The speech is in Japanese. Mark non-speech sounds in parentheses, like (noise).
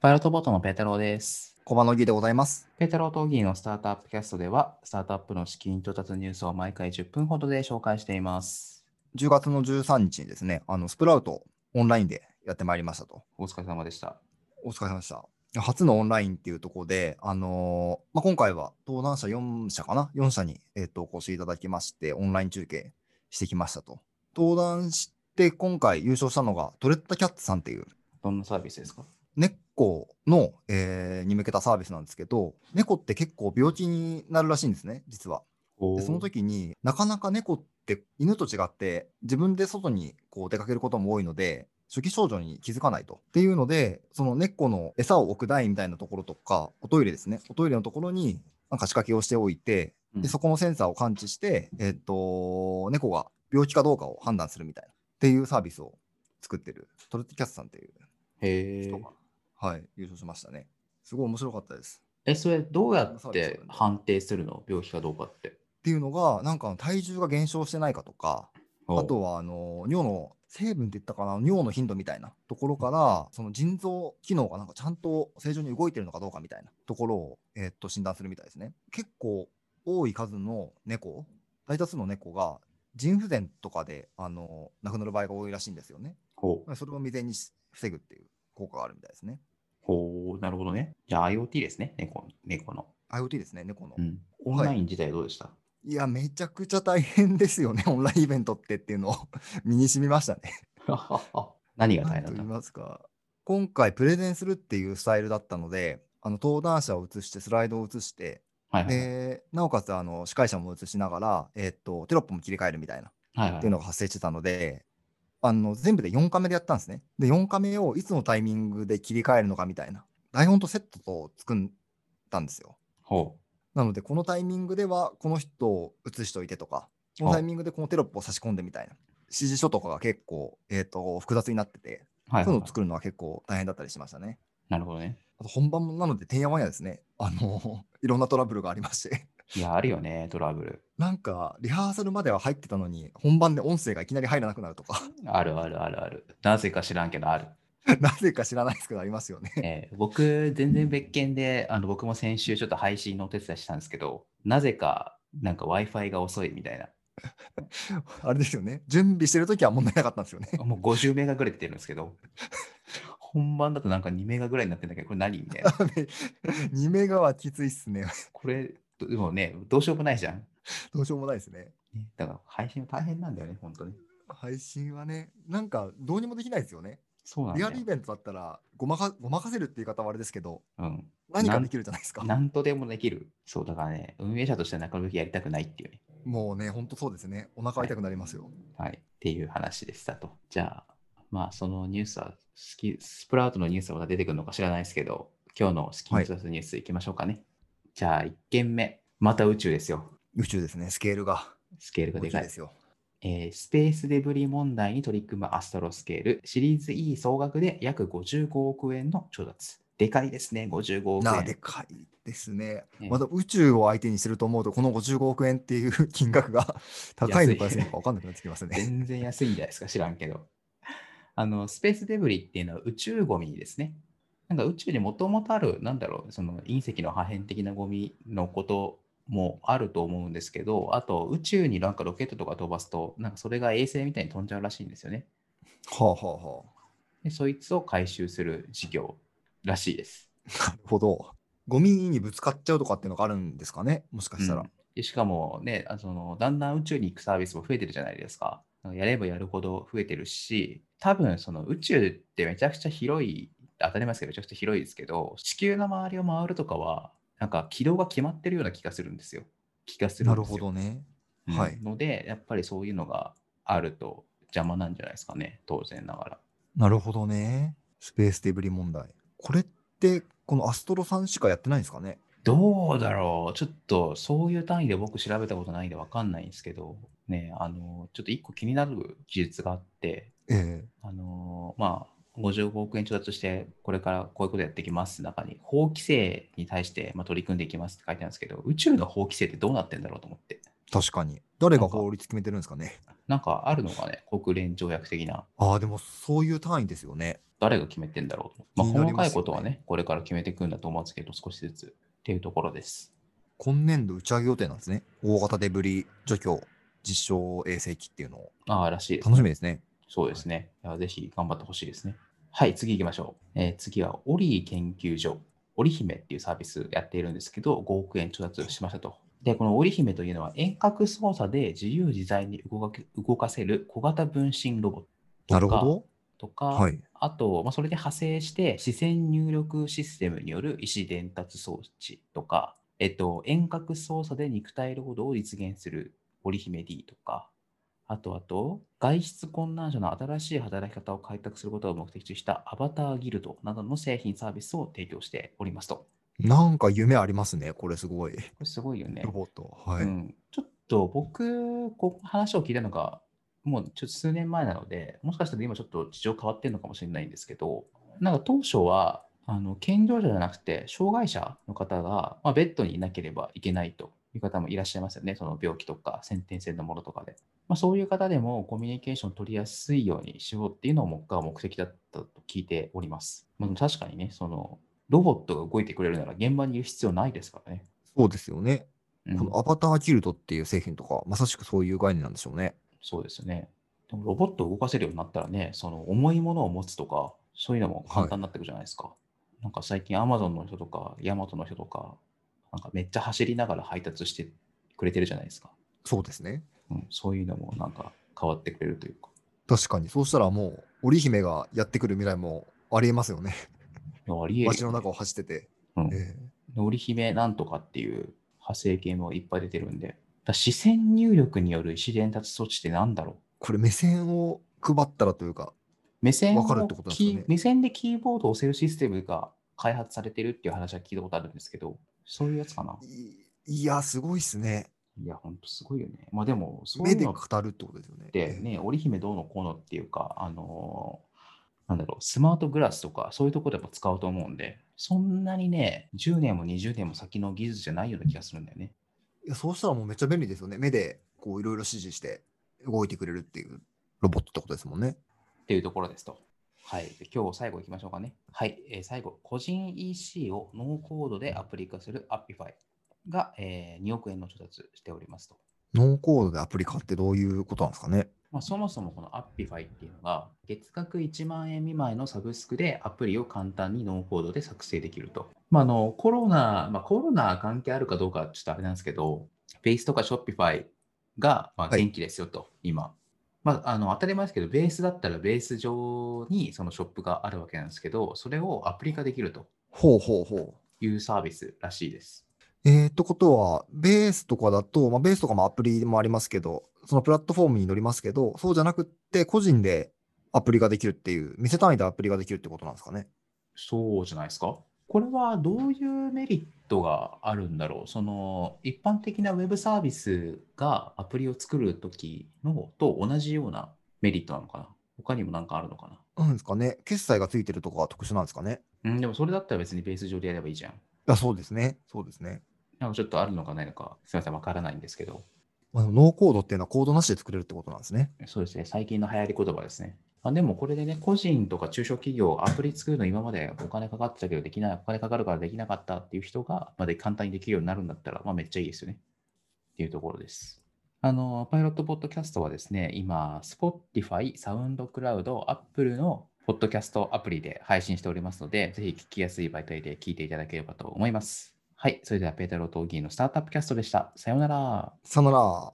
パイロットボートのペータローです。小場のぎでございます。ペータローとギーのスタートアップキャストでは、スタートアップの資金調達ニュースを毎回10分ほどで紹介しています。 10月の13日にですね、あのスプラウトをオンラインでやってまいりましたと。お疲れ様でした。お疲れ様でした。初のオンラインっていうところで、あのーまあ、今回は登壇者4社かな ?4 社に、えっとお越しいただきまして、オンライン中継してきましたと。登壇して今回優勝したのがトレッタキャッツさんっていうどんなサービスですか根っこの、えーに向けたサービスなんですけど、猫って結構病気になるらしいんですね、実は。でその時になかなか猫って犬と違って自分で外にこう出かけることも多いので初期症状に気づかないと。っていうのでその猫の餌を置く台みたいなところとかおトイレですねおトイレのところになんか仕掛けをしておいてうんでそこのセンサーを感知して、えっと猫が病気かどうかを判断するみたいなっていうサービスを作ってるトルティキャスさんっていうへ人ーが、はい、優勝しましたね。すごい面白かったです。え、それどうやどんなサっービスなんてだろう判定するの病気かどうかって。っていうのがなんか体重が減少してないかとかおあとはあの尿の成分って言ったかな尿の頻度みたいなところからその腎臓機能がなんかちゃんと正常に動いてるのかどうかみたいなところを、えーっと診断するみたいですね結構多い数の猫大多数の猫が腎不全とかであの亡くなる場合が多いらしいんですよねほうそれを未然にし防ぐっていう効果があるみたいですねほう、なるほどね。じゃあ IoT ですね、猫猫の。 IoT ですね猫の、うん。オンライン自体どうで (laughs) した、いやめちゃくちゃ大変ですよねオンラインイベントってっていうのを (laughs) 身に染みましたね何がな大ん変とだ言いっますか今回プレゼンするっていうスタイルだったのであの登壇者を映してスライドを映してたはいはいでなおかつあの司会者も映しながら、えっとテロップも切り替えるみたいなっはいはいていうのが発生してたのであの全部で4カメでやったんですねで4カメをいつのタイミングで切り替えるのかみたいな台本とセットと作ったんですよほなのでこのタイミングではこの人を映しといてとかこのタイミングでこのテロップを差し込んでみたいな指示書とかが結構、えっと複雑になっててう。はいそはういうはいのをい、作るのは結構大変だったりしましたね。なるほどね。あと本番もなので、てんやわんやですね。あの、 (laughs) いろんなトラブルがありまして。 (laughs) いや、あるよね、トラブル。なんか、リハーサルまでは入ってたのに、本番で音声がいきなり入らなくなるとか、 (laughs) あるあるあるある。なぜか知らんけどある。なぜか知らないですけど、ありますよね。 (laughs) えー僕、全然別件で、あの僕も先週ちょっと配信のお手伝いしたんですけど、なぜか、なんか Wi-Fi が遅いみたいな。あれですよね。準備してるときは問題なかったんですよね。 (laughs) もう50メガぐらい出てるんですけど、 (laughs) 本番だとなんか2メガぐらいになってんだけど、これ何みたいな。 2メガはきついっすね。 (laughs) これ、どでもね、どうしようもないじゃん。どうしようもないですね。ねだから配信は大変なんだよね、本当に。配信はね、なんかどうにもできないですよね。そうなんだリアよルイ。ベントだったらごまか、ごまかせるっていう言い方はあれですけど、うん。何かできるじゃないですか。なんとでもできる。そう、だからね、運営者としてはなかなかやりたくないっていうね。もうね、ほんとそうですね。お腹痛くなりますよ。はい、っていう話でしたと。じゃあ、まあ、そのニュースは好き、スプラウトのニュースはまた出てくるのか知らないですけど、今日のスキンプラスニュースいきましょうかね。じゃあ、1件目、また宇宙ですよ。宇宙ですね、スケールが。スケールがでか大きい。ですよ。えースペースデブリ問題に取り組むアストロスケール、シリーズ E 総額で約55億円の調達。でかいですね、55億なあ、円。でかいですね。ええまた宇宙を相手にしてると思うと、この55億円っていう金額 (laughs) が高いのか安い安いのか分かんなくなってきます (laughs) ね。全然安いんじゃないですか、知らんけど。あの、スペースデブリっていうのは宇宙ゴミですね。なんか宇宙にもともとある、なんだろう、その隕石の破片的なゴミのこともあると思うんですけど、あと宇宙になんかロケットとか飛ばすと、なんかそれが衛星みたいに飛んじゃうらしいんですよね。はあはあはで、そいつを回収する事業らしいです。あ。なるほど。ゴミにぶつかっちゃうとかっていうのがあるんですかね、もしかしたら。うんでしかもねあその、だんだん宇宙に行くサービスも増えてるじゃないですか。やればやるほど増えてるし、多分その宇宙ってめちゃくちゃ広い、当たりますけど、めちゃくちゃ広いですけど、地球の周りを回るとかは、なんか軌道が決まってるような気がするんですよ。気がするんなですよるほどね。うんはいので、やっぱりそういうのがあると邪魔なんじゃないですかね、当然ながら。なるほどね。スペースデブリ問題。これって、このアストロさんしかやってないんですかね。どうだろうちょっとそういう単位で僕調べたことないんでわかんないんですけど、ね、あの、ちょっと一個気になる技術があって、えあのーまあ、55億円調達して、これからこういうことやっていきます中に、法規制に対して、まあ、取り組んでいきますって書いてあるんですけど、宇宙の法規制ってどうなってんだろうと思って。え確かに。誰が法律決めてるんですかね。なんかあるのがね、国連条約的な、ああ、でもそういう単位ですよね。誰が決めてんだろうと。まあ、気になり細まかいすよねことはね、これから決めていくんだと思うんですけど、少しずつっていうところです。今年度打ち上げ予定なんですね。大型デブリ除去実証衛星機っていうのを。ああ、らしいです。楽しみですね。そうですね。いやぜひ頑張ってほしいですね。はい、次行きましょう。えー次は、オリー研究所、オリ姫っていうサービスやっているんですけど、5億円調達しましたと。で、このオリ姫というのは遠隔操作で自由自在に動か動かせる小型分身ロボットなとるかほとか、ど。はい。あと、まあ、それで派生して、視線入力システムによる意思伝達装置とか、えっと、遠隔操作で肉体労働を実現する織姫 D とか、あと、あと、外出困難者の新しい働き方を開拓することを目的としたアバターギルドなどの製品サービスを提供しておりますと。こなんか夢ありますね。これすごい。れすごいよねロ。ボット。はうい。ん、ちょっと僕、こう話を聞いたのが、もうちょっと数年前なので、もしかしたら今ちょっと事情変わってるのかもしれないんですけど、なんか当初は、あの健常者じゃなくて、障害者の方が、まあ、ベッドにいなければいけないという方もいらっしゃいますよね、その病気とか先天性のものとかで。まあ、そういう方でもコミュニケーション取りやすいようにしようっていうのもが目的だったと聞いております。まあ、でも確かにね、そのロボットが動いてくれるなら現場にいる必要ないですからね。そうですよね。うんこのアバターキルドっていう製品とか、まさしくそういう概念なんでしょうね。そうですね。でもロボットを動かせるようになったらね、その重いものを持つとか、そういうのも簡単になってくるじゃないですか。なんか最近 Amazon の人とか、ヤマトの人とか、なんかめっちゃ走りながら配達してくれてるじゃないですか。そうですね。うん、そういうのもなんか変わってくれるというか。確かに。そうしたらもう、織姫がやってくる未来もありえますよね。いやありえる街の中を走ってて。うんえのり姫なんとかっていう派生系もいっぱい出てるんで。だ視線入力による意思伝達措置ってなんだろうこれ目線を配ったらというか、目線わかるをってことなんですキかねー、目線でキーボードを押せるシステムが開発されてるっていう話は聞いたことあるんですけど、そういうやつかないいや、すごいっすね。いや、ほんとすごいよね。まあでも、そうい目うでの語っるってことですよね。てね、織姫どうのこうのっていうか、あのーなんだろう、スマートグラスとか、そういうところでも使うと思うんで、そんなにね、10年も20年も先の技術じゃないような気がするんだよね。いやそうしたらもうめっちゃ便利ですよね。目でこういろいろ指示して動いてくれるっていうロボットってことですもんね。っていうところですと。はい、で今日最後いきましょうかね。はい、えー最後、個人 EC をノーコードでアプリ化する Appify が、えー2億円の調達しておりますと。ノーコードでアプリ化ってどういうことなんですかね。まあ、そもそもこの Appify っていうのが、月額1万円未満のサブスクでアプリを簡単にノーコードで作成できると。まあ、あのコロナ、まあ、コロナ関係あるかどうかちょっとあれなんですけど、ベースとか Shopify がまあはい元気ですよと、今。まあ、あの当たり前ですけど、ベースだったらベース上にそのショップがあるわけなんですけど、それをアプリ化できるとほうほうほいうサービスらしいです。う。えー、ってことは、ベースとかだと、まあ、ベースとかもアプリもありますけど、そのプラットフォームに乗りますけど、そうじゃなくって個人でアプリができるっていう、店単位でアプリができるってことなんですかね。そうじゃないですか。これはどういうメリットがあるんだろうその一般的なウェブサービスがアプリを作るときのと同じようなメリットなのかな他にも何かあるのかなんですかね。決済がついてるとかは特殊なんですかね。なうん、でもそれだったら別にベース上でやればいいじゃん。いや、そうですね。そうですね。なんかちょっとあるのかないのか、すみません、わからないんですけど、まあ、でもノーコードっていうのはコードなしで作れるってことなんですね。そうですね、最近の流行り言葉ですね。あでもこれでね、個人とか中小企業、アプリ作るの今までお金かかってたけど、できない、お金かかるからできなかったっていう人が、まあで簡単にできるようになるんだったら、まあめっちゃいいですよね。っていうところです。あの、パイロットポッドキャストはですね、今、Spotify、SoundCloud、Apple のポッドキャストアプリで配信しておりますので、ぜひ聞きやすい媒体で聞いていただければと思います。はい、それではペータローとオギーのスタートアップキャストでした。さようなら。さよなら。